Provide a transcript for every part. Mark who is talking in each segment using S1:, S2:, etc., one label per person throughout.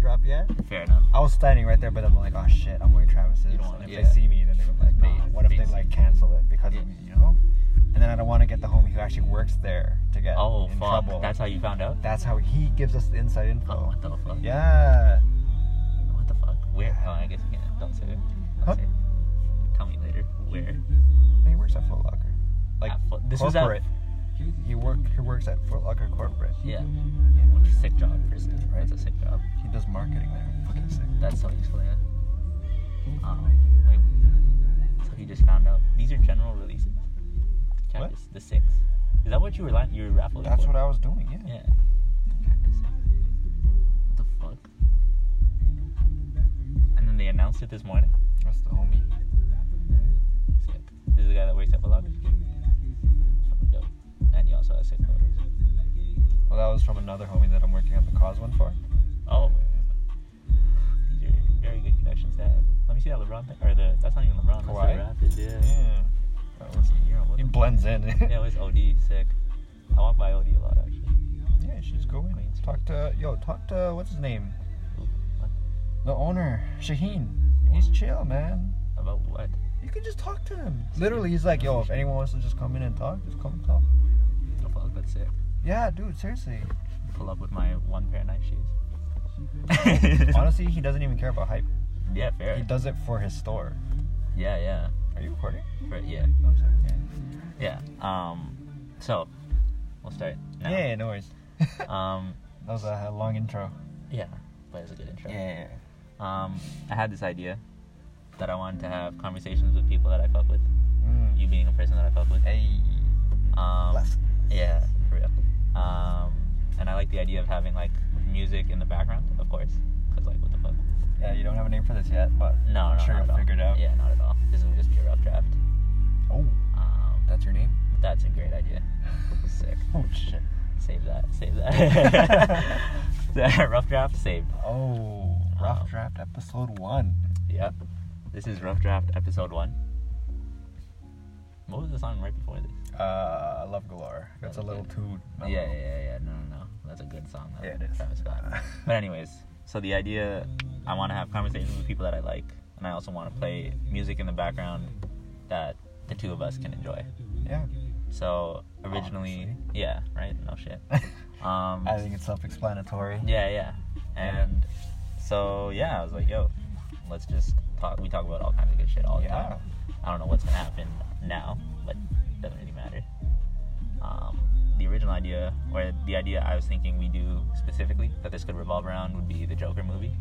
S1: drop yet.
S2: Fair enough.
S1: I was standing right there, but I'm like, oh shit, I'm wearing Travis's.
S2: You don't wanna-
S1: and if
S2: yeah.
S1: they see me, then they're gonna be like,
S2: Be-
S1: nah, what if
S2: be
S1: they
S2: seen.
S1: like cancel it because
S2: Yeah.
S1: of me, you know? And then I don't want to get the homie who actually works there to get
S2: Oh
S1: in
S2: fuck!
S1: trouble.
S2: That's how you found out.
S1: That's how he gives us the inside info.
S2: Oh, what the fuck?
S1: Yeah.
S2: What the fuck? Where? Oh, I guess you can't. Don't say it. Don't
S1: Huh?
S2: say it. Tell me later. Where?
S1: He works at Foot Locker. Like
S2: At Foot- this was at-
S1: corporate. He work he works at Foot Locker corporate.
S2: Yeah. Sick job, person. Right? That's a sick job.
S1: He does marketing there. Fucking sick.
S2: That's so useful, yeah.
S1: Hmm.
S2: Um, wait. So he just found out. These are general releases.
S1: What?
S2: Cactus the six. Is that what you were la- you were raffling?
S1: That's
S2: for?
S1: what I was doing. Yeah.
S2: Yeah. Cactus six. What the fuck? And then they announced it this morning.
S1: That's the homie.
S2: Sick. This is the guy that works at Velocity. Fucking dope. And he also has sick photos.
S1: Well, that was from another homie that I'm working on the cause one for.
S2: Oh. These are very good connections to have. Let me see that LeBron thing. Or the, that's not even LeBron, that's
S1: Kawhi?
S2: the Raptors, yeah.
S1: Yeah.
S2: That was a year old.
S1: He blends in.
S2: Yeah, it was OD, sick. I walk by OD a lot, actually.
S1: Yeah, you should just go in.
S2: Queens.
S1: Talk to yo, talk to what's his name?
S2: Ooh, What?
S1: The owner, Shaheen. He's chill, man.
S2: About what?
S1: You can just talk to him. Literally, he's like, yo, if anyone wants to just come in and talk, just come and talk.
S2: The fuck, that's sick.
S1: Yeah, dude, seriously.
S2: Pull up with my one pair of nice shoes.
S1: Honestly, he doesn't even care about hype.
S2: Yeah, fair.
S1: He does it for his store.
S2: Yeah, yeah.
S1: Are you recording?
S2: For, yeah,
S1: No, I'm sorry.
S2: yeah. Um, so, we'll start now.
S1: Yeah, yeah, yeah, no worries. that
S2: Um,
S1: was a long intro.
S2: yeah, but it's a good intro.
S1: Yeah.
S2: Um, I had this idea that I wanted to have conversations with people that I fuck with.
S1: Mm.
S2: You being a person that I fuck with.
S1: Hey.
S2: Um,
S1: Bless.
S2: Yeah, for real. Um, and I like the idea of having like music in the background, of course, because like what the fuck?
S1: Yeah, you don't have a name for this yet, but
S2: No,
S1: I'm
S2: no,
S1: sure
S2: not
S1: you'll
S2: at all.
S1: figure it out.
S2: Yeah, not at all. This will just be a rough draft.
S1: Oh,
S2: Um,
S1: that's your name.
S2: that's a great idea. Sick.
S1: Oh shit.
S2: Save that. Save that. The rough draft saved.
S1: Oh, rough
S2: Um,
S1: draft episode one.
S2: Yep. This is rough draft episode one. What was the song right before this?
S1: Uh, I love galore. That's a
S2: That's
S1: little
S2: good.
S1: too.
S2: Yeah, yeah, yeah, yeah. No, no, no. That's a good song. Though.
S1: Yeah, it is.
S2: Travis Scott. but anyways, so the idea, I want to have conversations with people that I like, and I also want to play music in the background that the two of us can enjoy.
S1: Yeah.
S2: So originally,
S1: Obviously.
S2: yeah, right? No shit. Um,
S1: I think it's self-explanatory.
S2: yeah, yeah. And so yeah, I was like, yo, let's just talk. We talk about all kinds of good shit all the
S1: Yeah.
S2: time. I don't know what's gonna happen now, but doesn't really matter. Um, the original idea, or the idea I was thinking we do specifically that this could revolve around, would be the Joker movie,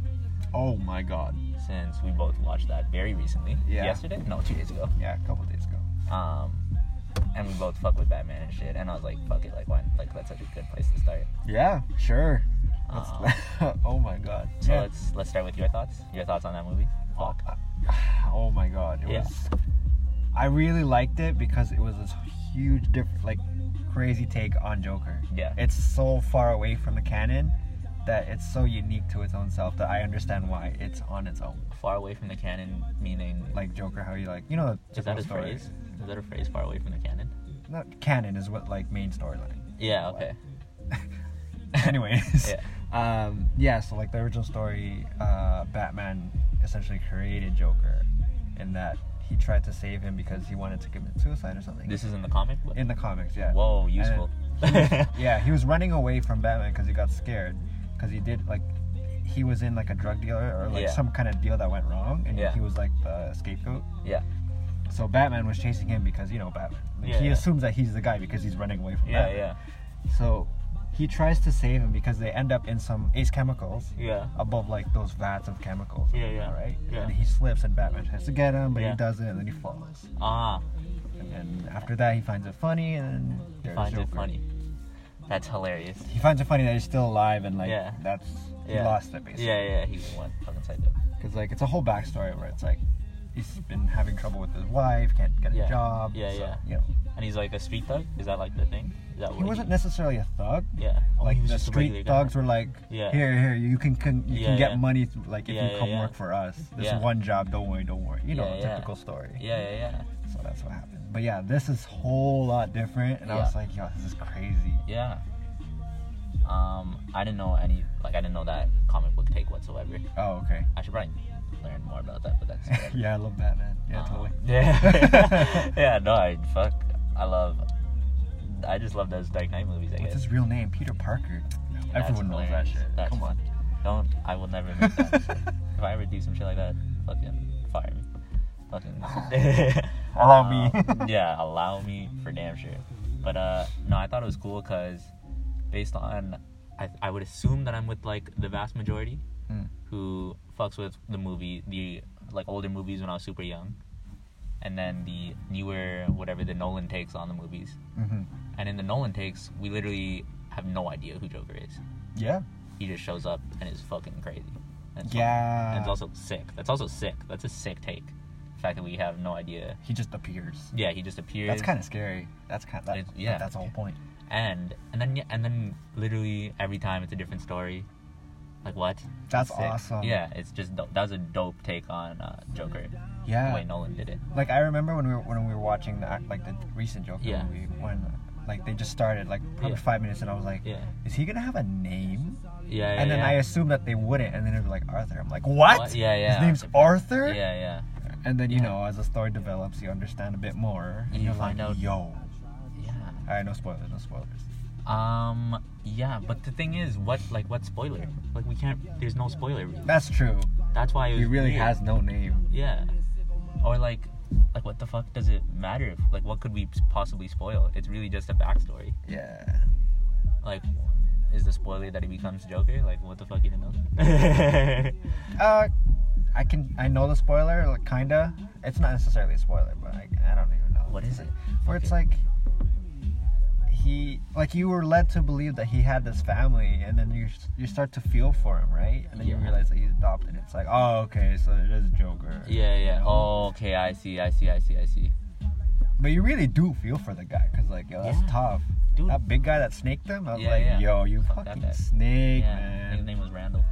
S1: Oh my god.
S2: since we both watched that very recently.
S1: Yeah.
S2: Yesterday? No, two days ago.
S1: Yeah, a couple days ago.
S2: Um, and we both fuck with Batman and shit. And I was like, fuck it, like, why? Like, that's such a good place to start.
S1: Yeah, sure.
S2: Um,
S1: oh my god.
S2: so let's let's start with your thoughts. Your thoughts on that movie? Fuck.
S1: Uh, Oh my god. It
S2: Yeah.
S1: was. I really liked it because it was this huge, different, like, crazy take on Joker.
S2: Yeah.
S1: It's so far away from the canon that it's so unique to its own self that I understand why it's on its own.
S2: Far away from the canon, meaning
S1: Like Joker, how he like, you know, the
S2: is that
S1: typical
S2: a
S1: story.
S2: phrase? Is that a phrase? Far away from the canon?
S1: Not canon is what like main storyline.
S2: Yeah.
S1: What?
S2: Okay.
S1: anyways
S2: Yeah.
S1: um yeah so like the original story uh batman essentially created joker in that he tried to save him because he wanted to commit suicide or something
S2: This is in the comic book.
S1: in the comics yeah
S2: Whoa,
S1: And
S2: useful.
S1: yeah he was running away from batman because he got scared because he did like he was in like a drug dealer or like
S2: Yeah.
S1: some kind of deal that went wrong and
S2: Yeah.
S1: he was like the scapegoat
S2: yeah.
S1: so batman was chasing him because you know batman like,
S2: Yeah,
S1: he
S2: yeah.
S1: assumes that he's the guy because he's running away from
S2: Yeah.
S1: batman
S2: Yeah.
S1: so he tries to save him because they end up in some ace chemicals
S2: Yeah.
S1: above like those vats of chemicals.
S2: Yeah, yeah.
S1: Right?
S2: Yeah.
S1: And he slips and Batman tries to get him, but
S2: Yeah.
S1: he doesn't, and then he falls.
S2: Ah,
S1: And then after that, he finds it funny, and then there's
S2: finds it
S1: Joker.
S2: funny. That's hilarious.
S1: He finds it funny that he's still alive, and like
S2: Yeah.
S1: that's he
S2: Yeah.
S1: lost it basically.
S2: Yeah. Yeah. He won. Fucking psycho.
S1: Because like it's a whole backstory where it's like he's been having trouble with his wife, can't get
S2: Yeah.
S1: a job.
S2: Yeah,
S1: so,
S2: yeah.
S1: You know,
S2: And he's like a street thug. Is that like the thing? Is that
S1: he
S2: what
S1: wasn't necessarily a thug.
S2: Yeah. Oh,
S1: like
S2: he was
S1: the
S2: just a
S1: street
S2: regular guy.
S1: thugs were like,
S2: Yeah.
S1: here, here, you can, can you
S2: Yeah,
S1: can get
S2: yeah.
S1: money th- like if
S2: Yeah,
S1: you
S2: yeah,
S1: come
S2: yeah.
S1: work for us. This
S2: Yeah.
S1: one job, don't worry, don't worry. You know,
S2: Yeah,
S1: the
S2: yeah.
S1: typical story.
S2: Yeah. Yeah. Yeah.
S1: So that's what happened. But yeah, this is whole lot different, and I
S2: Yeah.
S1: was like, yo, this is crazy.
S2: Yeah. Um, I didn't know any like I didn't know that comic book take whatsoever.
S1: Oh, okay.
S2: I should probably learn more about that, but that's whatever.
S1: yeah, I love Batman. Yeah,
S2: Um,
S1: totally.
S2: Yeah, yeah. No, I fuck. I love. I just love those Dark Knight movies. I
S1: What's
S2: guess
S1: his real name? Peter Parker.
S2: That's
S1: Everyone knows that
S2: hilarious.
S1: shit.
S2: That's
S1: Come on.
S2: don't. I will never make that. shit. if I ever do some shit like that, fucking fire me. Fucking
S1: Allow me.
S2: Um, yeah, allow me for damn sure. But uh, no, I thought it was cool because based on, I, I would assume that I'm with like the vast majority
S1: Mm.
S2: who fucks with the movie, the like older movies when I was super young, and then the newer whatever the Nolan takes on the movies.
S1: hmm
S2: And in the Nolan takes, we literally have no idea who Joker is.
S1: Yeah.
S2: He just shows up and is fucking crazy. And it's
S1: Yeah.
S2: and it's also sick. That's also sick. That's a sick take. The fact that we have no idea.
S1: he just appears.
S2: Yeah, he just appears.
S1: That's kind of scary. That's kind. That,
S2: It's- yeah.
S1: That's the whole point.
S2: and and then and then literally every time it's a different story. Like what?
S1: That's
S2: Sick.
S1: awesome.
S2: Yeah, it's just dope. that was a dope take on uh, Joker.
S1: Yeah.
S2: The way Nolan did it.
S1: Like I remember when we were when we were watching the act like the recent Joker
S2: Yeah.
S1: movie when like they just started like probably
S2: Yeah.
S1: five minutes and I was like,
S2: Yeah.
S1: is he gonna have a name?
S2: Yeah.
S1: and then I assumed that they wouldn't, and then it was like Arthur. I'm like, what?
S2: What? Yeah, yeah.
S1: His name's Arthur.
S2: Yeah, yeah.
S1: And then you
S2: Yeah.
S1: know, as the story develops, you understand a bit more, and
S2: You
S1: are
S2: find
S1: like,
S2: out-
S1: yo.
S2: Yeah.
S1: All right, no spoilers, no spoilers.
S2: Um. Yeah, but the thing is, what like what spoiler? Like we can't. There's no spoiler.
S1: That's true.
S2: That's why it was
S1: He really
S2: weird.
S1: has no name.
S2: Yeah. Or like, like what the fuck does it matter? If, like, what could we possibly spoil? It's really just a backstory.
S1: Yeah.
S2: Like, is the spoiler that he becomes Joker? Like, what the fuck you didn't know? that?
S1: Uh, I can I know the spoiler, like kinda. It's not necessarily a spoiler, but I, I don't even know.
S2: What is it?
S1: Where it's
S2: Okay.
S1: like he like you were led to believe that he had this family, and then you s- you start to feel for him, right? And then you
S2: Yeah.
S1: realize that he's adopted. It's like, oh, okay, so it is Joker.
S2: yeah, yeah.
S1: You know?
S2: Oh, okay. I see. I see. I see. I see.
S1: But you really do feel for the guy, cause like, yo, that's
S2: Yeah.
S1: tough.
S2: Dude.
S1: That big guy that snaked him, I was
S2: Yeah,
S1: like,
S2: yeah.
S1: yo, you
S2: Fuck that
S1: fucking
S2: guy.
S1: snake,
S2: yeah. His
S1: man.
S2: name was Randall,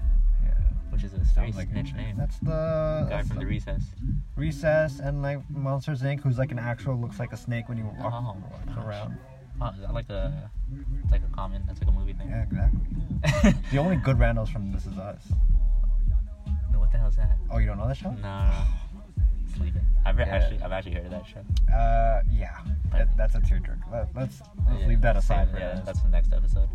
S1: yeah.
S2: which is a very
S1: Sounds like
S2: snitch name.
S1: That's the
S2: Guy
S1: that's
S2: from the recess.
S1: Recess and like Monsters Inc., who's like an actual looks like a snake when he walks
S2: Oh,
S1: walks
S2: gosh.
S1: around.
S2: Oh, is that like a, it's like a common? That's like a movie thing.
S1: Yeah, exactly. The only good Randall's from This Is Us.
S2: No, what the hell's that?
S1: Oh, you don't know that show?
S2: No. Sleeping. I've re-
S1: Yeah.
S2: actually, I've actually heard of that show.
S1: Uh, yeah, that, that's a tearjerker. Let, let's let's
S2: Yeah,
S1: leave that aside
S2: save-
S1: for
S2: yeah,
S1: now.
S2: that's the next episode.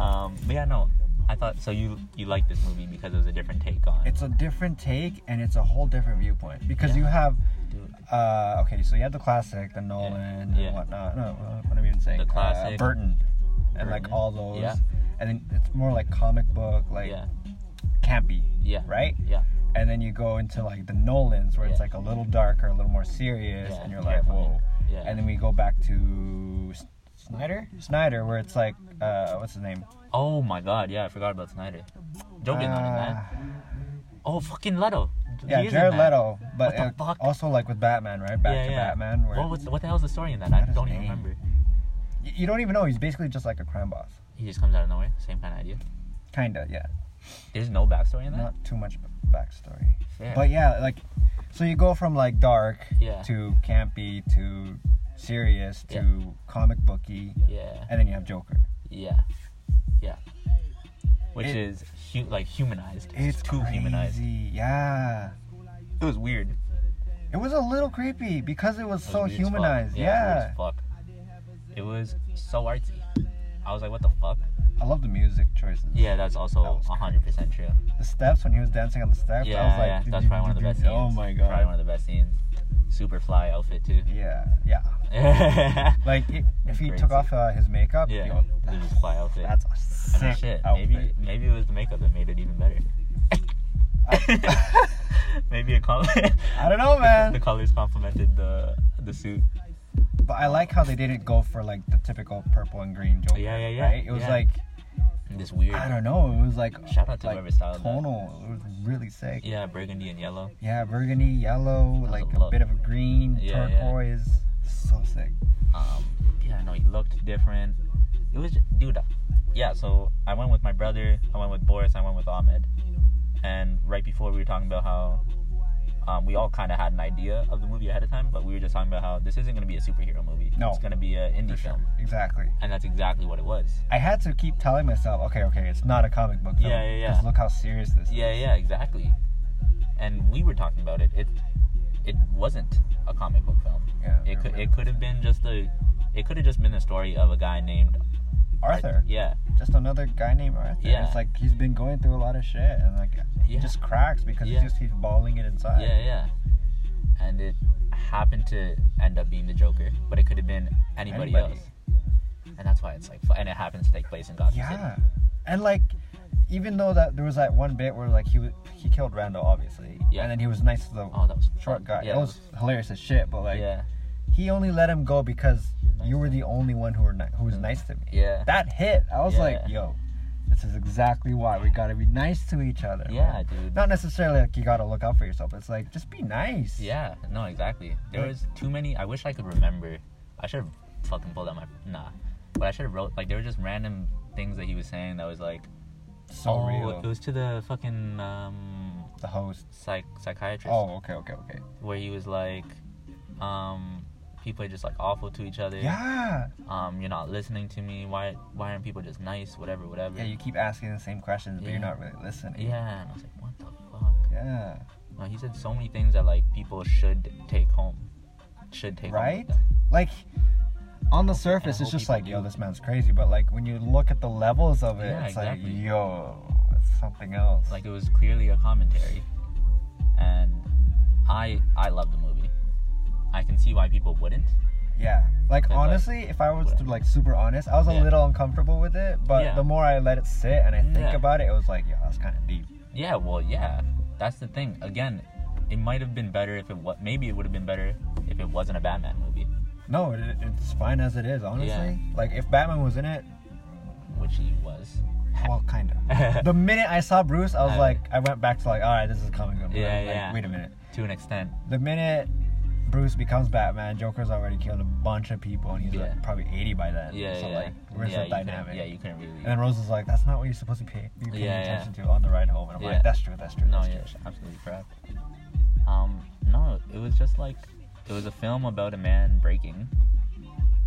S2: um, but yeah, no, I thought so. You you liked this movie because it was a different take on.
S1: It's a different take and it's a whole different viewpoint because
S2: Yeah.
S1: you have.
S2: Dude,
S1: Uh, okay, so you have the classic, the Nolan
S2: yeah.
S1: and whatnot. No, uh, what am I even saying?
S2: The
S1: Uh,
S2: classic.
S1: Burton, and like
S2: Burton,
S1: all those.
S2: yeah.
S1: And then it's more like comic book, like
S2: yeah,
S1: campy,
S2: yeah,
S1: right?
S2: yeah,
S1: and then you go into like the Nolans where it's
S2: Yeah.
S1: like a little darker, a little more serious,
S2: Yeah,
S1: and you're
S2: it's
S1: like,
S2: terrifying.
S1: whoa.
S2: yeah.
S1: And then we go back to S- Snyder, Snyder, where it's like, uh, what's his name?
S2: oh my god, yeah, I forgot about Snyder. Joker's not in that.
S1: Uh,
S2: Oh, fucking Leto.
S1: Yeah,
S2: He is in
S1: Jared
S2: that.
S1: Leto, but
S2: What the
S1: uh,
S2: fuck?
S1: also like with Batman, right? Back
S2: yeah,
S1: to
S2: yeah.
S1: Batman, where
S2: What was what the hell's the story in that?
S1: Not
S2: I
S1: his
S2: don't even
S1: name.
S2: remember.
S1: y- you don't even know he's basically just like a crime boss.
S2: He just comes out of nowhere. Same kind of idea.
S1: Kinda, yeah.
S2: There's no backstory in that.
S1: Not too much b- backstory,
S2: Fair.
S1: but yeah, like, so you go from like dark
S2: Yeah.
S1: to campy to serious to comic booky,
S2: yeah,
S1: and then you have Joker.
S2: yeah, yeah. Which
S1: It-
S2: is hu- like humanized.
S1: It's
S2: too
S1: crazy.
S2: humanized.
S1: Yeah.
S2: It was weird.
S1: It was a little creepy because it was
S2: It was
S1: so
S2: weird as fuck.
S1: humanized. Yeah.
S2: it was weird as fuck. It was so artsy. I was like, what the fuck?
S1: I love the music choices.
S2: Yeah, that's
S1: That
S2: also
S1: was
S2: hundred percent true.
S1: The steps when he was dancing on the steps.
S2: Yeah,
S1: I was like,
S2: yeah,
S1: "Did
S2: that's
S1: you-
S2: probably one of the
S1: did you-
S2: best scenes.
S1: Oh my
S2: Probably one
S1: god.
S2: of the best scenes. Super fly outfit too.
S1: Yeah, yeah. Like it, if he
S2: Crazy.
S1: took off uh, his makeup,
S2: yeah,
S1: yo,
S2: it was fly outfit.
S1: that's a sick
S2: I mean, shit.
S1: outfit.
S2: Maybe maybe it was the makeup that made it even better. maybe a color.
S1: I don't know, man.
S2: The colors complemented the the suit.
S1: But I like how they didn't go for like the typical purple and green Joker.
S2: Yeah, yeah, yeah,
S1: Right? It was
S2: yeah.
S1: like
S2: And this weird.
S1: I don't know. It was like
S2: Shout out to
S1: like,
S2: whoever styled that.
S1: tonal. It was really sick.
S2: Yeah, burgundy and yellow.
S1: Yeah, burgundy, yellow,
S2: That's
S1: like
S2: a
S1: a,
S2: lot.
S1: bit of a green,
S2: Yeah, yeah.
S1: turquoise. So sick.
S2: um yeah no he looked different it was dude yeah so i went with my brother i went with boris i went with ahmed and right before we were talking about how um, we all kind of had an idea of the movie ahead of time, but we were just talking about how this isn't going to be a superhero movie.
S1: No.
S2: It's going to be an indie
S1: For
S2: film.
S1: sure. Exactly.
S2: And that's exactly what it was.
S1: I had to keep telling myself, okay, okay, it's not a comic book film.
S2: Yeah, yeah, yeah.
S1: Because look how serious this
S2: Yeah,
S1: is.
S2: yeah, exactly. And we were talking about it. It it wasn't a comic book film.
S1: Yeah,
S2: It could
S1: yeah.
S2: it could have been just a it could have just been the story of a guy named
S1: Arthur.
S2: Yeah.
S1: Just another guy named Arthur.
S2: Yeah.
S1: It's like he's been going through a lot of shit and like he
S2: Yeah.
S1: just cracks because
S2: Yeah.
S1: he just keeps bawling it inside.
S2: Yeah, yeah. And it happened to end up being the Joker, but it could have been anybody,
S1: Anybody.
S2: else. And that's why it's like, fu- and it happens to take place in Gotham City.
S1: Yeah. And like even though that there was that one bit where like he wa- he killed Randall obviously.
S2: Yeah.
S1: And then he was nice to the
S2: Oh, that was
S1: short
S2: fun.
S1: guy.
S2: Yeah,
S1: it
S2: that
S1: was hilarious as shit, but like
S2: yeah,
S1: he only let him go because
S2: Nice.
S1: you were the only one who were ni- who was
S2: Mm.
S1: nice to me.
S2: yeah,
S1: That hit. I was like,
S2: Yeah.
S1: yo, this is exactly why we gotta be nice to each other.
S2: yeah,
S1: man.
S2: dude.
S1: Not necessarily like you gotta look out for yourself. It's like just be nice.
S2: Yeah, no, exactly. There
S1: Like-
S2: was too many. I wish I could remember. I should have fucking pulled out my nah, but I should have wrote like there were just random things that he was saying that was like
S1: So
S2: oh,
S1: real.
S2: It was to the fucking um
S1: the host.
S2: psych psychiatrist
S1: Oh, okay, okay, okay.
S2: where he was like um people are just like awful to each other.
S1: Yeah.
S2: Um, you're not listening to me. Why why aren't people just nice? Whatever, whatever.
S1: Yeah, you keep asking the same questions, but you're
S2: Yeah.
S1: not really listening.
S2: yeah. And I was like, what the fuck?
S1: Yeah.
S2: No, he said so many things that like people should take home, should take home
S1: Right?
S2: with them.
S1: Like, on the
S2: And I
S1: surface, it's
S2: hope
S1: just
S2: people
S1: like, yo,
S2: do.
S1: this man's crazy. But like, when you look at the levels of it,
S2: Yeah,
S1: it's
S2: exactly.
S1: like, yo, it's something else.
S2: like it was clearly a commentary and i i love the movie i can see why people wouldn't
S1: Yeah. Like
S2: And, like,
S1: honestly, if I was to
S2: whatever.
S1: like super honest, I was a
S2: Yeah.
S1: little uncomfortable with it, but
S2: Yeah.
S1: the more I let it sit and I think
S2: Yeah.
S1: about it, it was like, yeah, that's kind of deep.
S2: yeah well yeah that's the thing again it might have been better if it was maybe it would have been better if it wasn't a batman movie
S1: No, it, it's fine as it is, honestly.
S2: Yeah.
S1: Like if Batman was in it,
S2: which he was
S1: well, kind of. the minute I saw Bruce, I was
S2: Uh,
S1: like, I went back to like, all right, this is coming. good.
S2: Yeah,
S1: like,
S2: yeah.
S1: Wait a minute.
S2: to an extent
S1: The minute Bruce becomes Batman, Joker's already killed a bunch of people, and he's
S2: Yeah.
S1: like probably 80 by then.
S2: yeah
S1: So
S2: yeah
S1: like, where's
S2: yeah,
S1: the
S2: you couldn't-
S1: dynamic?
S2: yeah you couldn't really
S1: And then Rose is like, that's not what you're supposed to pay, be paying
S2: Yeah, yeah.
S1: attention to on the ride home. And I'm
S2: Yeah.
S1: like, that's true, that's true.
S2: no
S1: that's
S2: yeah
S1: true.
S2: absolutely correct um no it was just like it was a film about a man breaking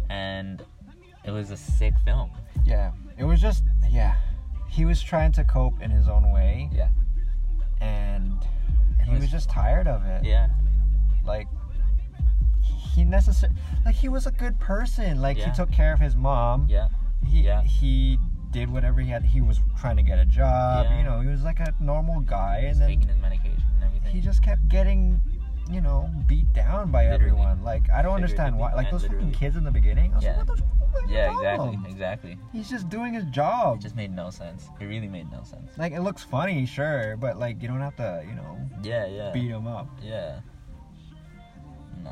S2: and it was a sick film
S1: Yeah, it was just yeah. He was trying to cope in his own way,
S2: yeah
S1: and he
S2: was-
S1: was just tired of it.
S2: yeah
S1: Like he necessarily like he was a good person. Like
S2: Yeah.
S1: he took care of his mom.
S2: Yeah,
S1: He
S2: yeah.
S1: he did whatever he had. He was trying to get a job.
S2: Yeah.
S1: You know, he was like a normal guy,
S2: he's
S1: and then
S2: taking his medication and everything.
S1: he just kept getting. You know, beat down by
S2: Literally.
S1: everyone. Like I don't understand
S2: Figuratively
S1: why. Like
S2: and
S1: those
S2: literally.
S1: fucking kids in the beginning. I was
S2: Yeah.
S1: like, what the, what the
S2: yeah,
S1: problem?
S2: exactly, exactly.
S1: He's just doing his
S2: It
S1: job.
S2: just made no sense. It really made no sense.
S1: Like it looks funny, sure, but like you don't have to, you know,
S2: Yeah, yeah,
S1: beat him up.
S2: yeah. Nah,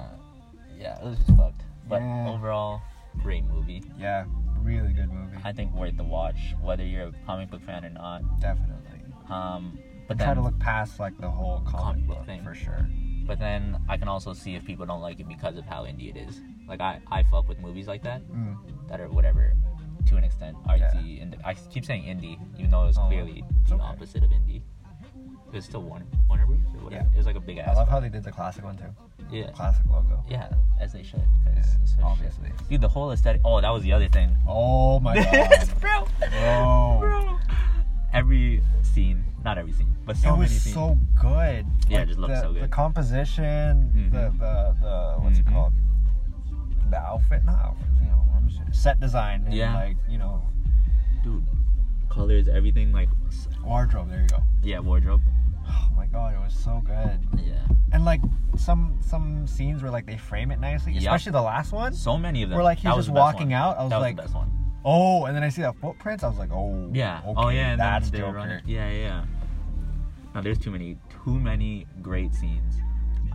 S2: yeah, it was just fucked. But
S1: Yeah.
S2: overall, great movie.
S1: Yeah, really good movie.
S2: I think worth the watch, whether you're a comic book fan or not.
S1: Definitely.
S2: Um, but
S1: Try to
S2: then,
S1: look past like the whole comic
S2: Comic book
S1: book
S2: thing.
S1: for sure.
S2: but then I can also see if people don't like it because of how indie it is. Like I, I fuck with movies like that,
S1: Mm.
S2: that are whatever, to an extent artsy. And I keep saying indie, even though it was
S1: Oh,
S2: clearly
S1: it's
S2: the
S1: okay.
S2: opposite of indie. It was still Warner, Warner Bros. Or whatever.
S1: Yeah.
S2: It was like a big ass.
S1: I love how they did the classic one too.
S2: Yeah.
S1: Classic logo.
S2: Yeah, as they should. 'cause
S1: Yeah,
S2: it's so
S1: obviously.
S2: shit. Dude, the whole aesthetic. Oh, that was the other thing.
S1: Oh my god.
S2: bro.
S1: Bro.
S2: Bro. Every scene, not every scene, but so
S1: it
S2: many
S1: was
S2: scenes.
S1: so good.
S2: Yeah, it
S1: Like,
S2: just looked
S1: the,
S2: so good.
S1: The composition, the
S2: Mhm.
S1: the the what's
S2: Mhm.
S1: it called? The outfit, not outfit. You know, I'm just- set design. And,
S2: Yeah.
S1: Like you know,
S2: Dude, colors, everything. Like, s-
S1: wardrobe. There you go.
S2: yeah, wardrobe.
S1: Oh my god, it was so good.
S2: Yeah.
S1: and like some some scenes where like they frame it nicely,
S2: Yeah.
S1: especially the last one.
S2: So many of them.
S1: Where like he's
S2: That was
S1: just
S2: the best
S1: walking
S2: one.
S1: out, I was
S2: that
S1: like,
S2: was the best one.
S1: oh, and then I see that footprints, I was like, oh,
S2: Yeah.
S1: okay,
S2: oh yeah, and then
S1: that's
S2: they were
S1: Joker.
S2: running. Yeah, yeah. yeah. No, there's too many, too many great scenes.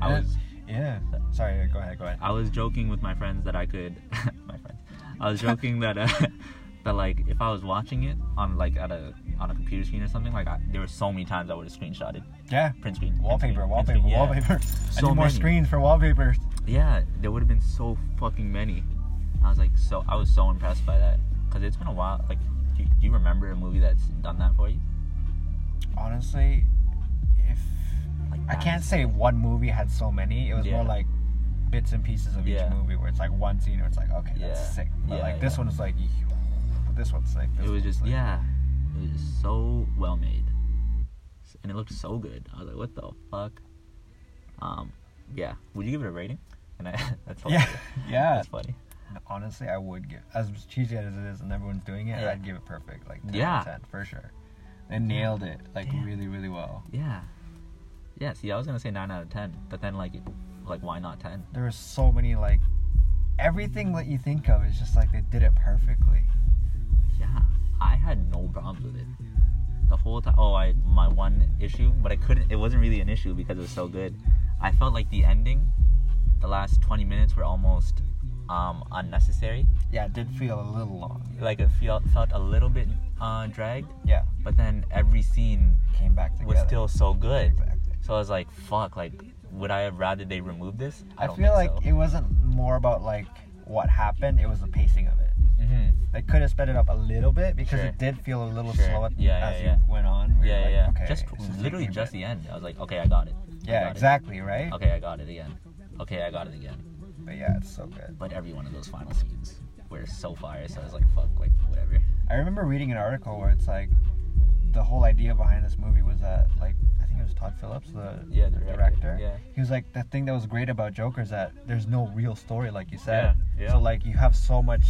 S2: I
S1: And-
S2: was. Uh,
S1: yeah. Sorry, go ahead, go ahead.
S2: I was joking with my friends that I could, my friends. I was joking that uh, that like if I was watching it on like at a on a computer screen or something, like I, there were so many times I would have screenshotted,
S1: Yeah,
S2: print screen, print
S1: wallpaper,
S2: screen, print
S1: wallpaper,
S2: screen, yeah.
S1: wallpaper. I
S2: So
S1: need more
S2: many.
S1: screens for wallpapers.
S2: Yeah, there would have been so fucking many. I was like, so I was so impressed by that because it's been a while. Like, do, do you remember a movie that's done that for you?
S1: Honestly, if
S2: Like
S1: I can't say one movie had so many. It was
S2: Yeah.
S1: more like bits and pieces of
S2: Yeah.
S1: each movie where it's like one scene where it's like, okay,
S2: Yeah.
S1: that's sick. But
S2: Yeah,
S1: like this
S2: yeah.
S1: one was like, this one's sick. This
S2: It was
S1: one's
S2: just
S1: sick.
S2: yeah, it was just so well made, S- and it looked so good. I was like, what the fuck? Um, yeah. Would you give it a rating? And I, that's
S1: Yeah,
S2: hilarious.
S1: yeah.
S2: That's funny.
S1: Honestly, I would give as cheesy as it is, and everyone's doing it.
S2: Yeah.
S1: I'd give it perfect, like 10
S2: Yeah.
S1: out of 10 for sure. They nailed it like
S2: Damn.
S1: really, really well.
S2: Yeah. Yeah. See, I was gonna say nine out of ten, but then like, it- like why not ten?
S1: There was so many like everything that you think of is just like they did it perfectly.
S2: Yeah, I had no problems with it. The whole time. Oh, I my one issue, but I couldn't. It wasn't really an issue because it was so good. I felt like the ending, the last 20 minutes were almost um, unnecessary.
S1: Yeah, it did feel a little long.
S2: Like it felt felt a little bit uh, dragged,
S1: Yeah,
S2: but then every scene
S1: came back together.
S2: was still so good.
S1: Exactly.
S2: So I was like, fuck. Like, would I have rather they remove this?
S1: I, feel like it wasn't more about like what happened; it was the pacing of it.
S2: hmm
S1: They could have sped it up a little bit because
S2: Sure.
S1: it did feel a little
S2: Sure.
S1: slow at-
S2: Yeah, yeah,
S1: as it
S2: yeah.
S1: went on. We were
S2: Yeah, yeah,
S1: like,
S2: yeah.
S1: Okay,
S2: just
S1: this is
S2: literally
S1: taking a
S2: just
S1: bit."
S2: the end. I was like, okay, I got it. I
S1: Yeah,
S2: got it.
S1: exactly, right?
S2: Okay, I got it again. Okay, I got it again.
S1: But yeah, it's so good.
S2: But every one of those final scenes were so fire, so I was like, fuck, like, whatever.
S1: I remember reading an article where it's like the whole idea behind this movie was that like I think it was Todd Phillips, the,
S2: Yeah,
S1: the
S2: the
S1: director.
S2: director, yeah.
S1: He was like the thing that was great about Joker is that there's no real story like you said.
S2: Yeah, yeah.
S1: So like you have so much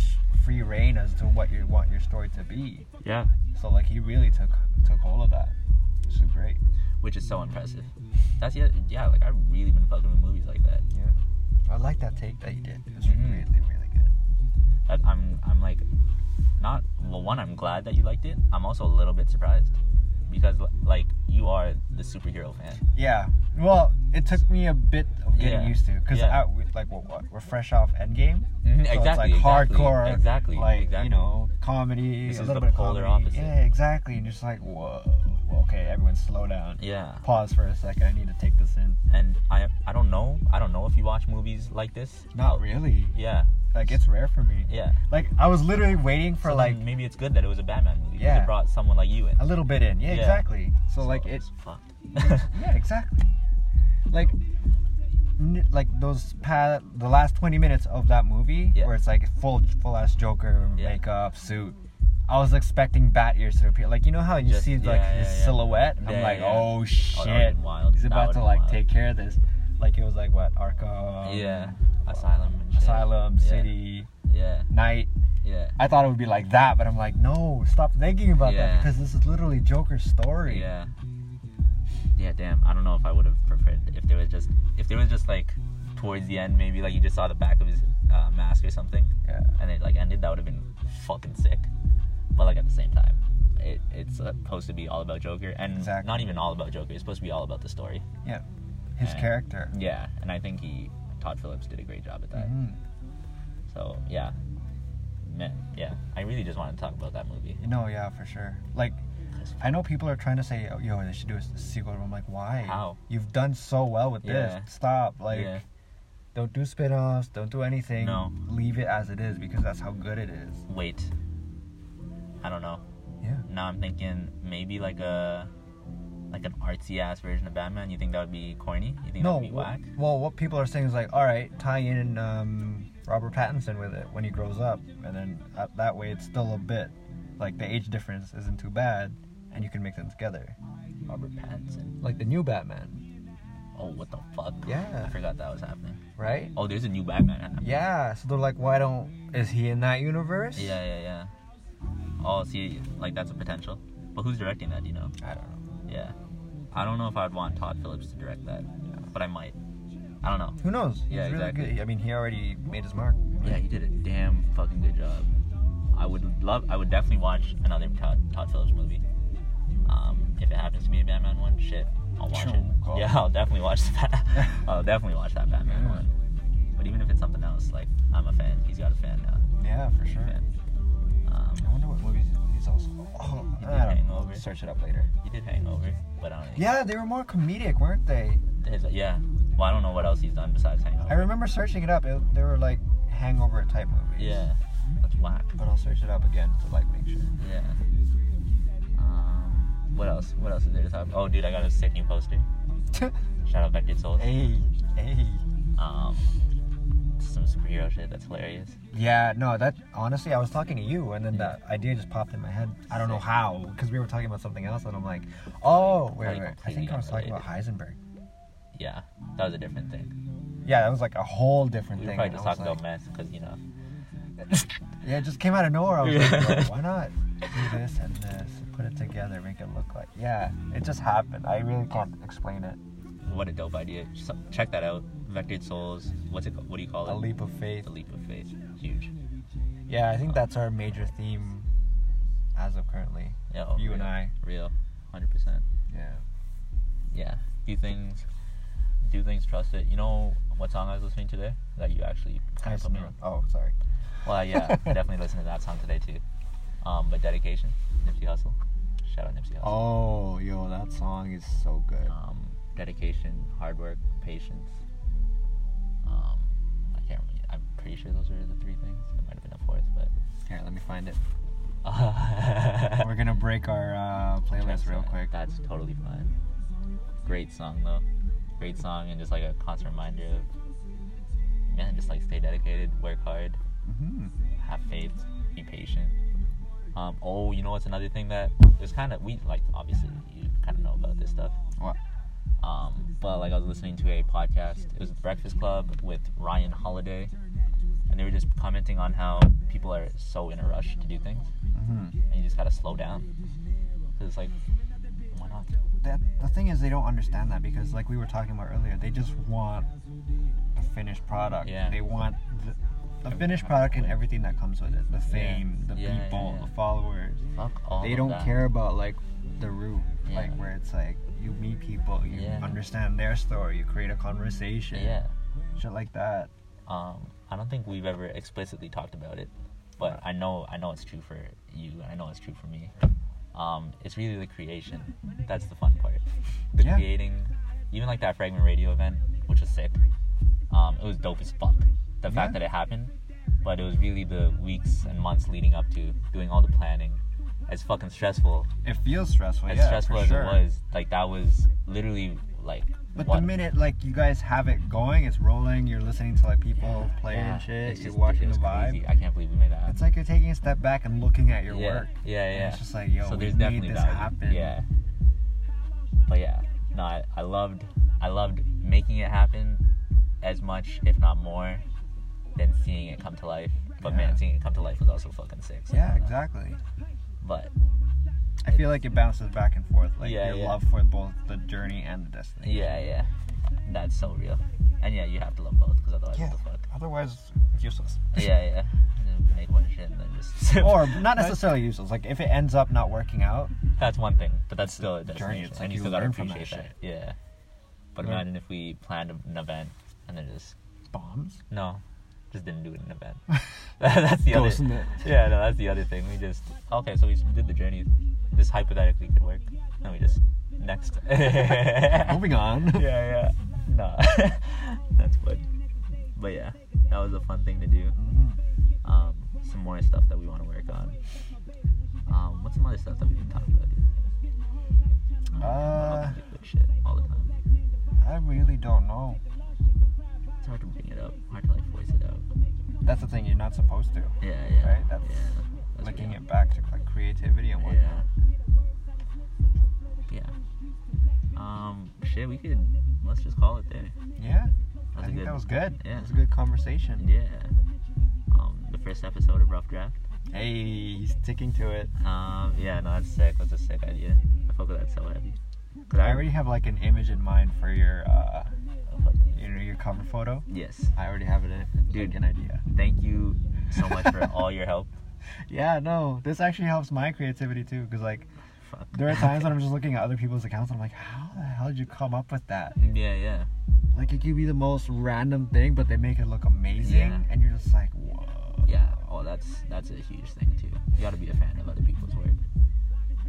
S1: free reign as to what you want your story to be.
S2: Yeah.
S1: So like he really took took hold of that. Which is great.
S2: Which is so impressive. That's, yeah, yeah, like, I've really been fucking with movies like that.
S1: Yeah. I like that take that you did. It was
S2: Mhm.
S1: really, really good.
S2: that I'm, I'm like, not, well, one, I'm glad that you liked it. I'm also a little bit surprised. Because, li- like, you are the superhero fan.
S1: Yeah. Well, it took me a bit of getting
S2: Yeah.
S1: used to because
S2: Yeah.
S1: like what, what we're fresh off Endgame.
S2: Mhm,
S1: Mm-hmm. So
S2: exactly,
S1: It's like
S2: exactly,
S1: hardcore.
S2: exactly,
S1: Like
S2: exactly.
S1: you know, comedy.
S2: This
S1: a
S2: is
S1: little
S2: the
S1: bit
S2: polar
S1: of comedy.
S2: opposite.
S1: Yeah, exactly. And you're just like, whoa. Well, okay, everyone, slow down.
S2: Yeah.
S1: Pause for a second. I need to take this in.
S2: And I, I don't know, I don't know if you watch movies like this.
S1: Not really.
S2: Yeah,
S1: Like it's rare for me.
S2: yeah.
S1: Like I was literally waiting for
S2: So
S1: like
S2: then maybe it's good that it was a Batman movie. because
S1: Yeah.
S2: It brought someone like you in.
S1: a little bit in. Yeah,
S2: Yeah.
S1: exactly. So like it.
S2: fucked.
S1: Yeah, exactly. Like, n- like those pa- the last twenty minutes of that movie,
S2: Yeah.
S1: where it's like full, full ass Joker
S2: Yeah.
S1: makeup suit. I was expecting bat ears to appear. Like you know how you
S2: Just-
S1: see
S2: yeah,
S1: like
S2: yeah,
S1: his
S2: yeah.
S1: silhouette. I'm
S2: Yeah,
S1: like,
S2: yeah.
S1: oh
S2: would've
S1: shit,
S2: been wild.
S1: he's
S2: That
S1: about
S2: would've
S1: to
S2: been
S1: like
S2: wild.
S1: take care of this. Like it was like what Arkham,
S2: yeah, Asylum. And
S1: Um,
S2: shit.
S1: Asylum,
S2: Yeah.
S1: City,
S2: Yeah,
S1: Night.
S2: yeah,
S1: I thought it would be like that, but I'm like, no, stop thinking about that
S2: Yeah.
S1: because this is literally Joker's story.
S2: yeah. Yeah, damn. I don't know if I would have preferred if there was just if there was just like towards the end maybe like you just saw the back of his uh, mask or something
S1: yeah.
S2: and it like ended that would have been fucking sick. But like at the same time, it, it's supposed to be all about Joker and
S1: Exactly.
S2: not even all about Joker. It's supposed to be all about the story.
S1: Yeah. His
S2: And-
S1: character.
S2: Yeah, and I think he Todd Phillips did a great job at that.
S1: Mhm.
S2: So yeah, man, yeah. I really just want to talk about that movie.
S1: No, yeah, for sure. Like, I know people are trying to say, oh, yo, they should do a s- sequel. I'm like, why?
S2: How?
S1: You've done so well with
S2: Yeah.
S1: this. Stop. Like,
S2: yeah,
S1: don't do spin offs. Don't do anything.
S2: No.
S1: Leave it as it is because that's how good it is.
S2: wait. I don't know.
S1: Yeah.
S2: Now I'm thinking maybe like a like an artsy ass version of Batman. You think that would be corny? You think that
S1: No.
S2: would be
S1: wh-
S2: whack?
S1: Well, what people are saying is like, all right, tie in um, Robert Pattinson with it when he grows up. And then uh, that way it's still a bit. Like, the age difference isn't too bad and you can make them together.
S2: Robert Pattinson.
S1: Like the new Batman,
S2: Oh, what the fuck?
S1: Yeah.
S2: I forgot that was happening.
S1: right?
S2: Oh, there's a new Batman. happening.
S1: Yeah, so they're like, why don't. Is he in that universe?
S2: Yeah, yeah, yeah. Oh, see, like that's a potential. But who's directing that? Do you know?
S1: I don't know.
S2: Yeah. I don't know if I'd want Todd Phillips to direct that, but I might. I don't know.
S1: Who knows? He's
S2: Yeah,
S1: really
S2: exactly.
S1: good. I mean, he already made his mark.
S2: Yeah, he did a damn fucking good job. I would love. I would definitely watch another Todd, Todd Phillips movie. Um, if it happens to be a Batman one, shit, I'll watch
S1: Sure,
S2: it.
S1: cool.
S2: Yeah, I'll definitely watch that. I'll definitely watch that Batman
S1: Yeah.
S2: one. But even if it's something else, like I'm a fan. He's got a fan now.
S1: Yeah, for sure.
S2: Fan. Um,
S1: I wonder what movies he's also. Oh,
S2: He did
S1: I don't know.
S2: Hangover.
S1: Search it up later.
S2: he did Hangover, but I don't. think-
S1: Yeah, they were more comedic, weren't they?
S2: His, yeah. Well, I don't know what else he's done besides Hangover.
S1: I remember searching it up. It, they were like hangover type movies.
S2: Yeah. That's whack.
S1: But I'll search it up again to like make sure.
S2: Yeah. Um, What else? What else is there to talk? Oh, dude, I got a sick new poster. Shout out back to Soul.
S1: hey, hey.
S2: Um, some superhero shit. That's hilarious.
S1: Yeah, no, that honestly, I was talking to you, and then that idea just popped in my head. I don't know
S2: Sick.
S1: how, because we were talking about something else, and I'm like, oh, wait,
S2: Probably
S1: wait, wait. I think I was talking
S2: completely
S1: about Heisenberg.
S2: Yeah, that was a different thing.
S1: Yeah, that was like a whole different
S2: We were
S1: thing. and
S2: probably just
S1: I was
S2: talking
S1: like-
S2: about mess because you know.
S1: Yeah, it just came out of nowhere. I was like,
S2: Yeah.
S1: "Bro, why not do this and this, put it together, make it look like? Yeah, it just happened. I really can't explain it.
S2: What a dope idea! So, check that out. Vectored Souls. What's it? called? What do you call it?
S1: A leap of faith.
S2: A leap of faith. Huge.
S1: Yeah, I think that's our major theme as of currently.
S2: Yeah. oh,
S1: You
S2: real.
S1: and I.
S2: Real. Hundred percent.
S1: Yeah.
S2: Yeah. Do things. Do things. Trust it. You know what song I was listening to today? That you actually.
S1: Hi,
S2: put me
S1: Samira.
S2: on?
S1: Oh, sorry.
S2: Well, yeah, definitely listen to that song today too. Um, but dedication, Nipsey Hussle. Shout out Nipsey Hussle.
S1: Oh, yo, that song is so good.
S2: Um, dedication, hard work, patience. Um, I can't. Really, I'm pretty sure those are the three things. It might have been a fourth, but
S1: Here, let me find it.
S2: uh,
S1: We're gonna break our uh, playlist real quick.
S2: That's totally fine. Great song though. Great song and just like a constant reminder of man, just like stay dedicated, work hard.
S1: hmm
S2: have faith, be patient. Um, oh, you know what's another thing that it's kind of we like. Obviously, you kind of know about this stuff.
S1: What?
S2: Um, but like I was listening to a podcast. It was Breakfast Club with Ryan Holiday, and they were just commenting on how people are so in a rush to do things,
S1: hmm
S2: and you just gotta slow down. Cause it's like, why not?
S1: That the thing is, they don't understand that because, like we were talking about earlier, they just want the finished product.
S2: Yeah.
S1: They want the, the finished product and everything that comes with it, the fame, the
S2: Yeah, yeah,
S1: people,
S2: yeah.
S1: the followers.
S2: Fuck all.
S1: they
S2: of
S1: don't
S2: that.
S1: care about like the root
S2: Yeah.
S1: like where it's like you meet people you
S2: Yeah.
S1: understand their story you create a conversation
S2: Yeah.
S1: shit like that
S2: Um, I don't think we've ever explicitly talked about it, but I know I know it's true for you. and I know it's true for me. Um, it's really the creation that's the fun part. The
S1: Yeah.
S2: creating, even like that Fragment Radio event, which was sick. Um, it was dope as fuck. The fact
S1: Yeah.
S2: that it happened, but it was really the weeks and months leading up to doing all the planning. As fucking stressful,
S1: it feels stressful
S2: as
S1: Oh, yeah,
S2: stressful
S1: for
S2: as
S1: sure.
S2: it was, like that was literally like.
S1: but
S2: what-
S1: the minute like you guys have it going it's rolling you're listening to like people
S2: Yeah,
S1: play
S2: yeah,
S1: and shit
S2: it's
S1: you're
S2: just- it
S1: watching the
S2: was
S1: vibe
S2: crazy. I can't believe we made that. happen.
S1: it's like you're taking a step back and looking at your
S2: yeah,
S1: work
S2: Yeah,
S1: And
S2: yeah.
S1: it's just like yo we made this
S2: value.
S1: happen
S2: Yeah. But yeah, no, I, I loved, I loved making it happen as much, if not more, than seeing it come to life. But
S1: Yeah.
S2: man, seeing it come to life was also fucking sick. so I
S1: yeah
S2: don't know.
S1: exactly
S2: But
S1: i feel like it bounces back and forth like
S2: Yeah,
S1: your
S2: yeah.
S1: love for both the journey and the destination
S2: yeah, yeah, that's so real. And yeah, you have to love both, because otherwise,
S1: yeah
S2: what the fuck?
S1: otherwise it's useless
S2: Yeah, yeah. Just Make one shit and then just
S1: or not necessarily useless. Like if it ends up not working out,
S2: That's one thing, but that's still a
S1: journey.
S2: destination,
S1: It's like
S2: and
S1: you
S2: you still gotta
S1: learn from that
S2: appreciate that.
S1: shit.
S2: Yeah. But
S1: Learn.
S2: imagine if we planned an event and then just
S1: bombs.
S2: no, just didn't do it in an event. that's the other. Yeah, no, that's the other thing. We just okay, so we did the journey. This hypothetically could work, and we just next.
S1: Moving on.
S2: Yeah, yeah. No, that's what. But yeah, that was a fun thing to do.
S1: Mhm.
S2: Um, some more stuff that we want to work on. Um, what's some other stuff that we can talk about? Dude?
S1: Uh,
S2: I do shit all the time.
S1: I really don't know.
S2: It's hard to bring it up, hard to like voice it out.
S1: That's the thing. You're not supposed to.
S2: Yeah, yeah.
S1: Right, that's
S2: yeah, that's
S1: Linking
S2: real.
S1: it back to like creativity and whatnot.
S2: Yeah. Yeah. Um, shit, we could let's just call it there.
S1: Yeah.
S2: That was
S1: I
S2: a
S1: think
S2: good-
S1: that was good.
S2: yeah.
S1: It was a good conversation.
S2: Yeah. Um, the first episode of Rough Draft.
S1: Hey, he's sticking to it.
S2: Um, yeah, no, that's sick. That's a sick idea. I fuck with that so heavy. Cause
S1: I already have like an image in mind for your, uh,
S2: oh, fucking-
S1: you know, your cover photo.
S2: Yes.
S1: I already have it in.
S2: Dude.
S1: Like an idea.
S2: Thank you so much for all your help.
S1: Yeah, no, this actually helps my creativity too, because like
S2: Fuck.
S1: there are times when I'm just looking at other people's accounts and I'm like, how the hell did you come up with that?
S2: Yeah, yeah.
S1: Like it could be the most random thing, but they make it look amazing,
S2: Yeah.
S1: and you're just like, whoa.
S2: Yeah. Oh, that's that's a huge thing too. You gotta be a fan of other people's work.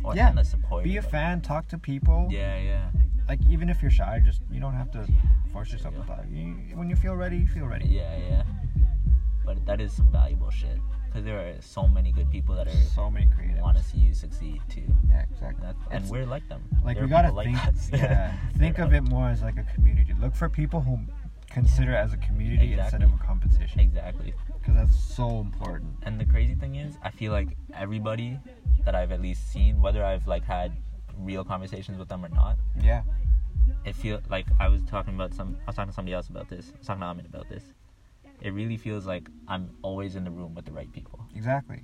S2: Or
S1: Yeah,
S2: and a supporter.
S1: Be a
S2: of-
S1: fan, talk to people.
S2: Yeah, yeah.
S1: Like even if you're shy, just you don't have to force yourself
S2: Yeah.
S1: to talk. You, when you feel ready, you feel ready.
S2: Yeah, yeah. But that is some valuable shit because there are so many good people that are
S1: So many creatives.
S2: want to see you succeed too.
S1: Yeah, exactly.
S2: And, that,
S1: It's-
S2: and we're like them.
S1: like
S2: There
S1: we
S2: are
S1: gotta
S2: people like
S1: think.
S2: us.
S1: yeah, think
S2: There
S1: of
S2: are-
S1: it more as like a community. Look for people who consider it as a community instead
S2: Exactly.
S1: of a competition,
S2: Exactly.
S1: because that's so important.
S2: And the crazy thing is, I feel like everybody that I've at least seen, whether I've like had real conversations with them or not,
S1: Yeah.
S2: it feel like I was talking about some. I was talking to somebody else about this. I was talking to Amin about this. It really feels like I'm always in the room with the right people,
S1: Exactly.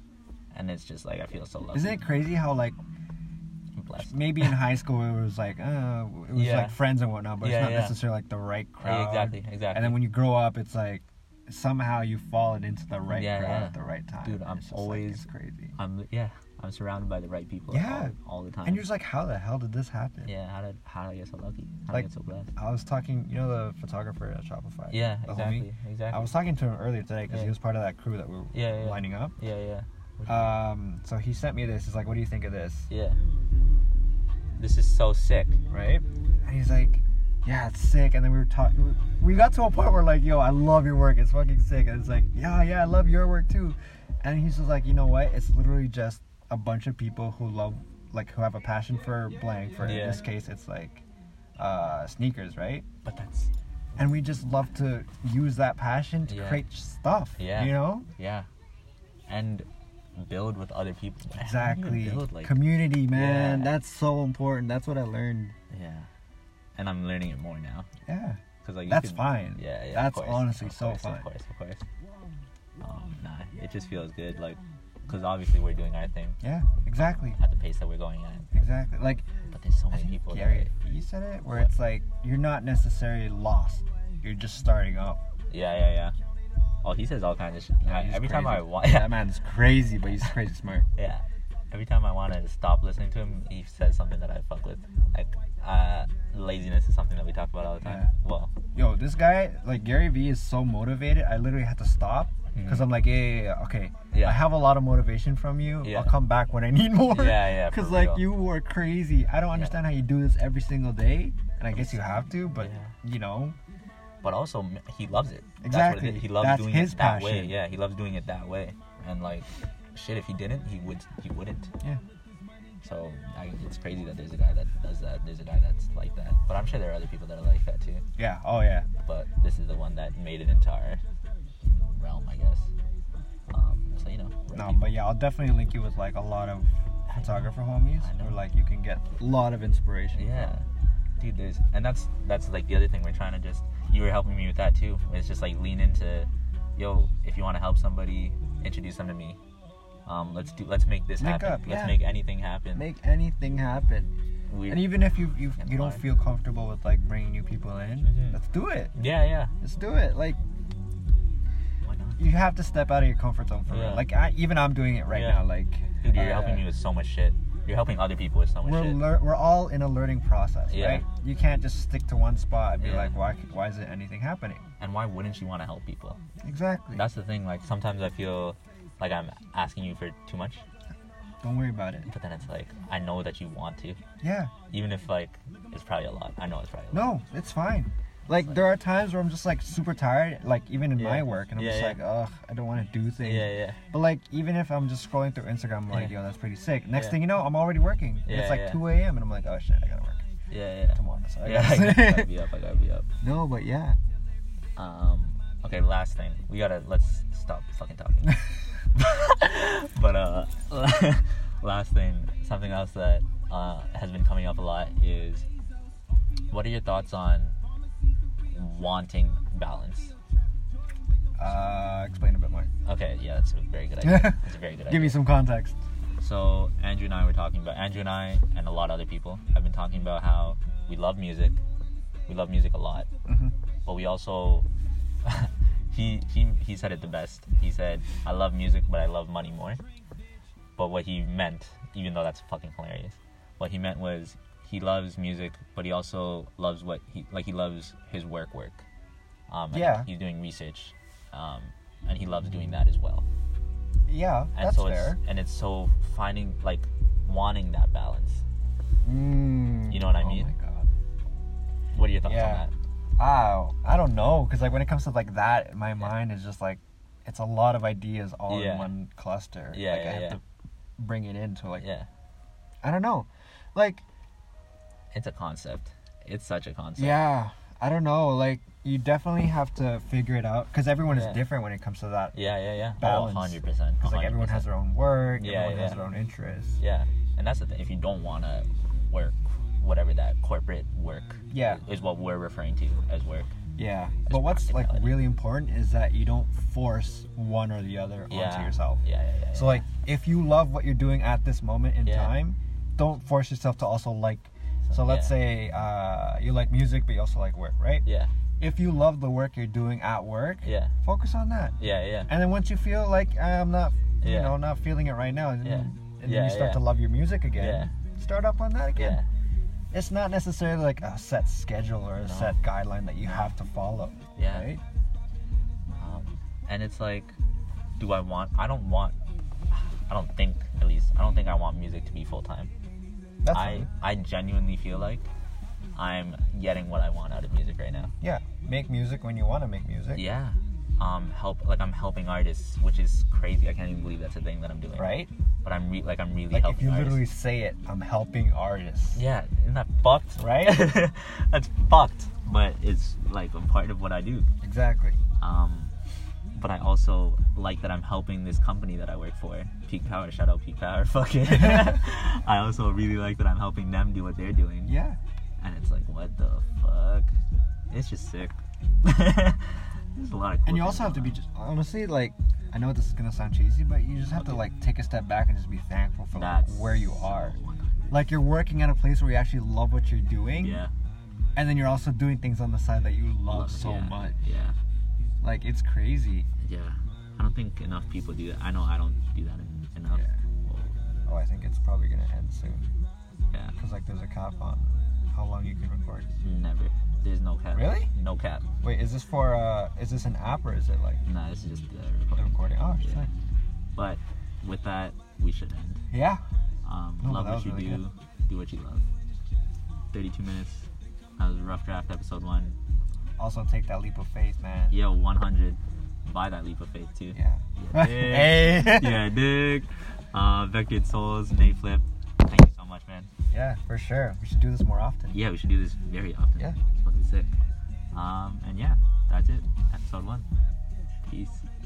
S2: and it's just like I feel so lucky.
S1: Isn't it crazy how like
S2: and blessed.
S1: maybe in high school it was like uh, it was
S2: Yeah.
S1: like friends and whatnot, but
S2: Yeah,
S1: it's not
S2: yeah.
S1: necessarily like the right crowd.
S2: Yeah, exactly, exactly.
S1: And then when you grow up, it's like somehow you've fallen into the right
S2: Yeah,
S1: crowd
S2: yeah.
S1: at the right time.
S2: Dude, I'm
S1: It's just, like,
S2: always-
S1: it's crazy.
S2: I'm yeah, I'm surrounded by the right people.
S1: Yeah.
S2: all, all the time.
S1: And you're just like, how the hell did this happen?
S2: yeah, how did how did I get so lucky? How
S1: Like-
S2: did I get so blessed?
S1: I was talking, you know, the photographer at Shopify.
S2: Yeah,
S1: the
S2: exactly,
S1: homie?
S2: exactly.
S1: I was talking to him earlier today because
S2: Yeah.
S1: he was part of that crew that we were
S2: Yeah, yeah.
S1: lining up.
S2: yeah, yeah. What do you-
S1: Um, so he sent me this. He's like, "What do you think of this?"
S2: yeah. This is so sick.
S1: Right? And he's like, "Yeah, it's sick." And then we were talking. We got to a point where like, "Yo, I love your work. It's fucking sick." And it's like, "Yeah, yeah, I love your work too." And he's just like, "You know what? It's literally just a bunch of people who love, like, who have a passion for blank. For
S2: Yeah.
S1: in this case, it's like uh, sneakers, right?"
S2: But that's
S1: and we just love to use that passion to
S2: Yeah.
S1: create stuff.
S2: Yeah.
S1: You know?
S2: yeah, and build with other people. Man, how do you
S1: Exactly.
S2: Build like
S1: Community, man.
S2: Yeah.
S1: That's so important. That's what I learned.
S2: yeah, and I'm learning it more now.
S1: Yeah.
S2: Cause like you
S1: That's
S2: can-
S1: fine.
S2: Yeah, yeah. of
S1: That's
S2: course,
S1: honestly
S2: of
S1: so
S2: course,
S1: fine.
S2: Of course, of course. Um, nah, it just feels good. Like, cause obviously we're doing our thing
S1: Yeah, exactly.
S2: at the pace that we're going at.
S1: Exactly. Like,
S2: But there's so
S1: I
S2: many
S1: think
S2: people.
S1: Gary
S2: that-
S1: Vee said it, where
S2: What?
S1: it's like, you're not necessarily lost. You're just starting up.
S2: Yeah, yeah, yeah. Oh, he says all kinds of shit.
S1: Yeah,
S2: I-
S1: he's
S2: every time
S1: crazy.
S2: I want, yeah,
S1: That man's crazy, but he's crazy smart.
S2: yeah. Every time I want to stop listening to him, he says something that I fuck with. Like, uh, laziness is something that we talk about all the time.
S1: Yeah.
S2: Well,
S1: Yo, this guy, like, Gary Vee is so motivated. I literally had to stop because
S2: Mhm.
S1: I'm like, yeah, yeah, yeah, okay.
S2: Yeah.
S1: I have a lot of motivation from you.
S2: Yeah.
S1: I'll come back when I need more.
S2: Yeah, yeah, for
S1: Because like
S2: real.
S1: you were crazy. I don't understand how you do this every single day, and I guess you have to, but
S2: Yeah.
S1: you know,
S2: but also m- he loves it. That's what
S1: Exactly.
S2: it is. He loves
S1: That's
S2: doing
S1: his
S2: it that way.
S1: passion.
S2: Yeah, he loves doing it that way. And like, shit, if he didn't, he would. He wouldn't.
S1: yeah,
S2: So I, it's crazy that there's a guy that does that. There's a guy that's like that. But I'm sure there are other people that are like that too.
S1: yeah, oh yeah,
S2: But this is the one that made it into our realm, I guess. Um, so you know. we're
S1: no,
S2: people.
S1: but yeah, I'll definitely link you with like a lot of photographer homies,
S2: I know.
S1: or like you can get a lot of inspiration.
S2: Yeah, dude. There's and that's that's like the other thing we're trying to just. You were helping me with that too. It's just like lean into, yo. If you want to help somebody, introduce them to me. Um, let's do. Let's make this
S1: Link
S2: happen.
S1: up,
S2: Let's
S1: yeah.
S2: make anything happen.
S1: Make anything happen,
S2: we,
S1: and even if you you
S2: And
S1: you don't
S2: live.
S1: feel comfortable with like bringing new people in,
S2: Mhm.
S1: let's do it.
S2: yeah, yeah.
S1: Let's do it. Like
S2: Why not?
S1: you have to step out of your comfort zone for
S2: Yeah.
S1: real. Like I, even I'm doing it right
S2: Yeah.
S1: now. Like
S2: Dude, you're
S1: uh,
S2: helping me with so much shit. You're helping other people with so much
S1: we're
S2: shit.
S1: lear- we're all in a learning process,
S2: Yeah.
S1: right? You can't just stick to one spot and be
S2: Yeah.
S1: like, why why isn't anything happening?
S2: and why wouldn't you want to help people?
S1: Exactly.
S2: That's the thing. Like sometimes I feel like I'm asking you for too much,
S1: Don't worry about it.
S2: but then it's like I know that you want to,
S1: Yeah.
S2: even if like it's probably a lot. I know it's probably a lot.
S1: No, it's fine. Like there are times where I'm just like super tired, like even in
S2: Yeah.
S1: my work, and I'm
S2: Yeah,
S1: just
S2: yeah.
S1: like, ugh, I don't want to do things.
S2: Yeah, yeah.
S1: But like even if I'm just scrolling through Instagram, I'm like,
S2: Yeah.
S1: yo, that's pretty sick. Next
S2: Yeah.
S1: thing you know, I'm already working. And
S2: Yeah,
S1: it's like
S2: yeah.
S1: 2 a.m. and I'm like, oh shit, I gotta work
S2: Yeah, yeah.
S1: tomorrow. So I
S2: Yeah, I
S1: gotta-
S2: gotta be up. I gotta be up.
S1: no, but yeah.
S2: Um, okay, last thing. We gotta let's stop fucking talking. but uh, last thing, something else that uh, has been coming up a lot is, what are your thoughts on wanting balance?
S1: Uh, explain a bit more.
S2: Okay, yeah, that's a very good idea. That's a very good idea.
S1: Give me some context.
S2: So Andrew and I were talking about Andrew and I and a lot of other people have been talking about how we love music. We love music a lot.
S1: Mhm.
S2: But we also he he he said it the best. He said, I love music but I love money more. But what he meant, even though that's fucking hilarious, what he meant was he loves music but he also loves what he like he loves his work work. Um and
S1: Yeah.
S2: he's doing research. Um and he loves doing that as well
S1: Yeah,
S2: and
S1: that's
S2: so
S1: fair.
S2: it's and it's so finding like wanting that balance
S1: Mm.
S2: You know what I mean?
S1: Oh my god.
S2: what are your thoughts
S1: Yeah.
S2: on that
S1: Oh, I don't know, because like when it comes to like that, my mind is just like, it's a lot of ideas all
S2: Yeah.
S1: in one cluster.
S2: Yeah,
S1: like I
S2: yeah,
S1: have
S2: yeah.
S1: to bring it into like
S2: yeah,
S1: I don't know, like
S2: it's a concept. It's such a concept.
S1: yeah, I don't know, like you definitely have to figure it out because everyone
S2: Yeah.
S1: is different when it comes to that.
S2: yeah, yeah, yeah.
S1: Balance.
S2: Oh, 100 percent.
S1: Because like everyone has their own work,
S2: Yeah,
S1: everyone has
S2: yeah.
S1: their own interests.
S2: Yeah, and that's the thing. If you don't want to work, whatever that corporate work
S1: Yeah.
S2: is what we're referring to as work.
S1: Yeah,
S2: It's
S1: but what's like
S2: practicality.
S1: really important is that you don't force one or the other
S2: yeah.
S1: onto yourself.
S2: Yeah, yeah, yeah.
S1: So
S2: yeah.
S1: like if you love what you're doing at this moment in
S2: Yeah.
S1: time, don't force yourself to also like so
S2: So-
S1: let's
S2: yeah.
S1: say uh, you like music but you also like work, right?
S2: yeah,
S1: If you love the work you're doing at work,
S2: yeah,
S1: focus on that.
S2: yeah, yeah.
S1: And then once you feel like "Ah, I'm not you
S2: Yeah.
S1: know, not feeling it right now, and,
S2: Yeah.
S1: and then
S2: Yeah,
S1: you start
S2: yeah.
S1: to love your music again. Start up on that again.
S2: Yeah,
S1: It's not necessarily like a set schedule or a
S2: No.
S1: set guideline that you have to follow.
S2: Yeah.
S1: Right?
S2: um, and it's like, do I want? I don't want. I don't think, at least, I don't think I want music to be full time.
S1: That's
S2: I
S1: fine.
S2: I genuinely feel like I'm getting what I want out of music right now.
S1: yeah. Make music when you want to make music.
S2: Yeah. Um, help like I'm helping artists, which is crazy. I can't even believe that's a thing that I'm doing.
S1: Right?
S2: But I'm re- like I'm really
S1: Like if
S2: helping
S1: you
S2: artists.
S1: literally say it, I'm helping artists.
S2: Yeah, isn't that fucked?
S1: Right?
S2: that's fucked. But it's like a part of what I do.
S1: Exactly.
S2: Um, but I also like that I'm helping this company that I work for, Peak Power. Shout out Peak Power. Fuck it. I also really like that I'm helping them do what they're doing.
S1: Yeah.
S2: And it's like, what the fuck? It's just sick. There's a lot of. cool
S1: And you
S2: things
S1: also have to
S2: going
S1: be
S2: on.
S1: just honestly like I know this is gonna sound cheesy, but you just have to like take a step back and just be thankful for like,
S2: That's
S1: where you are.
S2: so-
S1: Like you're working at a place where you actually love what you're doing,
S2: Yeah.
S1: and then you're also doing things on the side that you love so
S2: yeah,
S1: much.
S2: Yeah.
S1: Like it's crazy.
S2: Yeah. I don't think enough people do that. I know I don't do that en- enough.
S1: Yeah.
S2: Well,
S1: Oh, I think it's probably gonna end soon
S2: yeah.
S1: because like there's a cap on how long you can record.
S2: Never. There's no cap.
S1: Really?
S2: No cap.
S1: Wait, is this for uh? Is this an app or is it like
S2: Nah, this is just the
S1: the
S2: recording.
S1: recording? Oh,
S2: Yeah.
S1: yeah.
S2: But with that, we should end.
S1: yeah.
S2: Um,
S1: No, Oh,
S2: love
S1: that
S2: what
S1: was
S2: you
S1: really
S2: do. Do what you love. 32 minutes. That was rough draft episode one.
S1: Also take that leap of faith, man.
S2: Yo, 100. Buy that leap of faith too.
S1: Yeah.
S2: Yeah,
S1: Hey.
S2: dig. yeah, dig. Uh, Vectored Souls, Nate Flip. Thank you so much, man.
S1: Yeah, for sure. We should do this more often.
S2: Yeah, we should do this very often.
S1: Yeah.
S2: It's fucking sick. Um, and yeah, that's it. Episode one. Peace.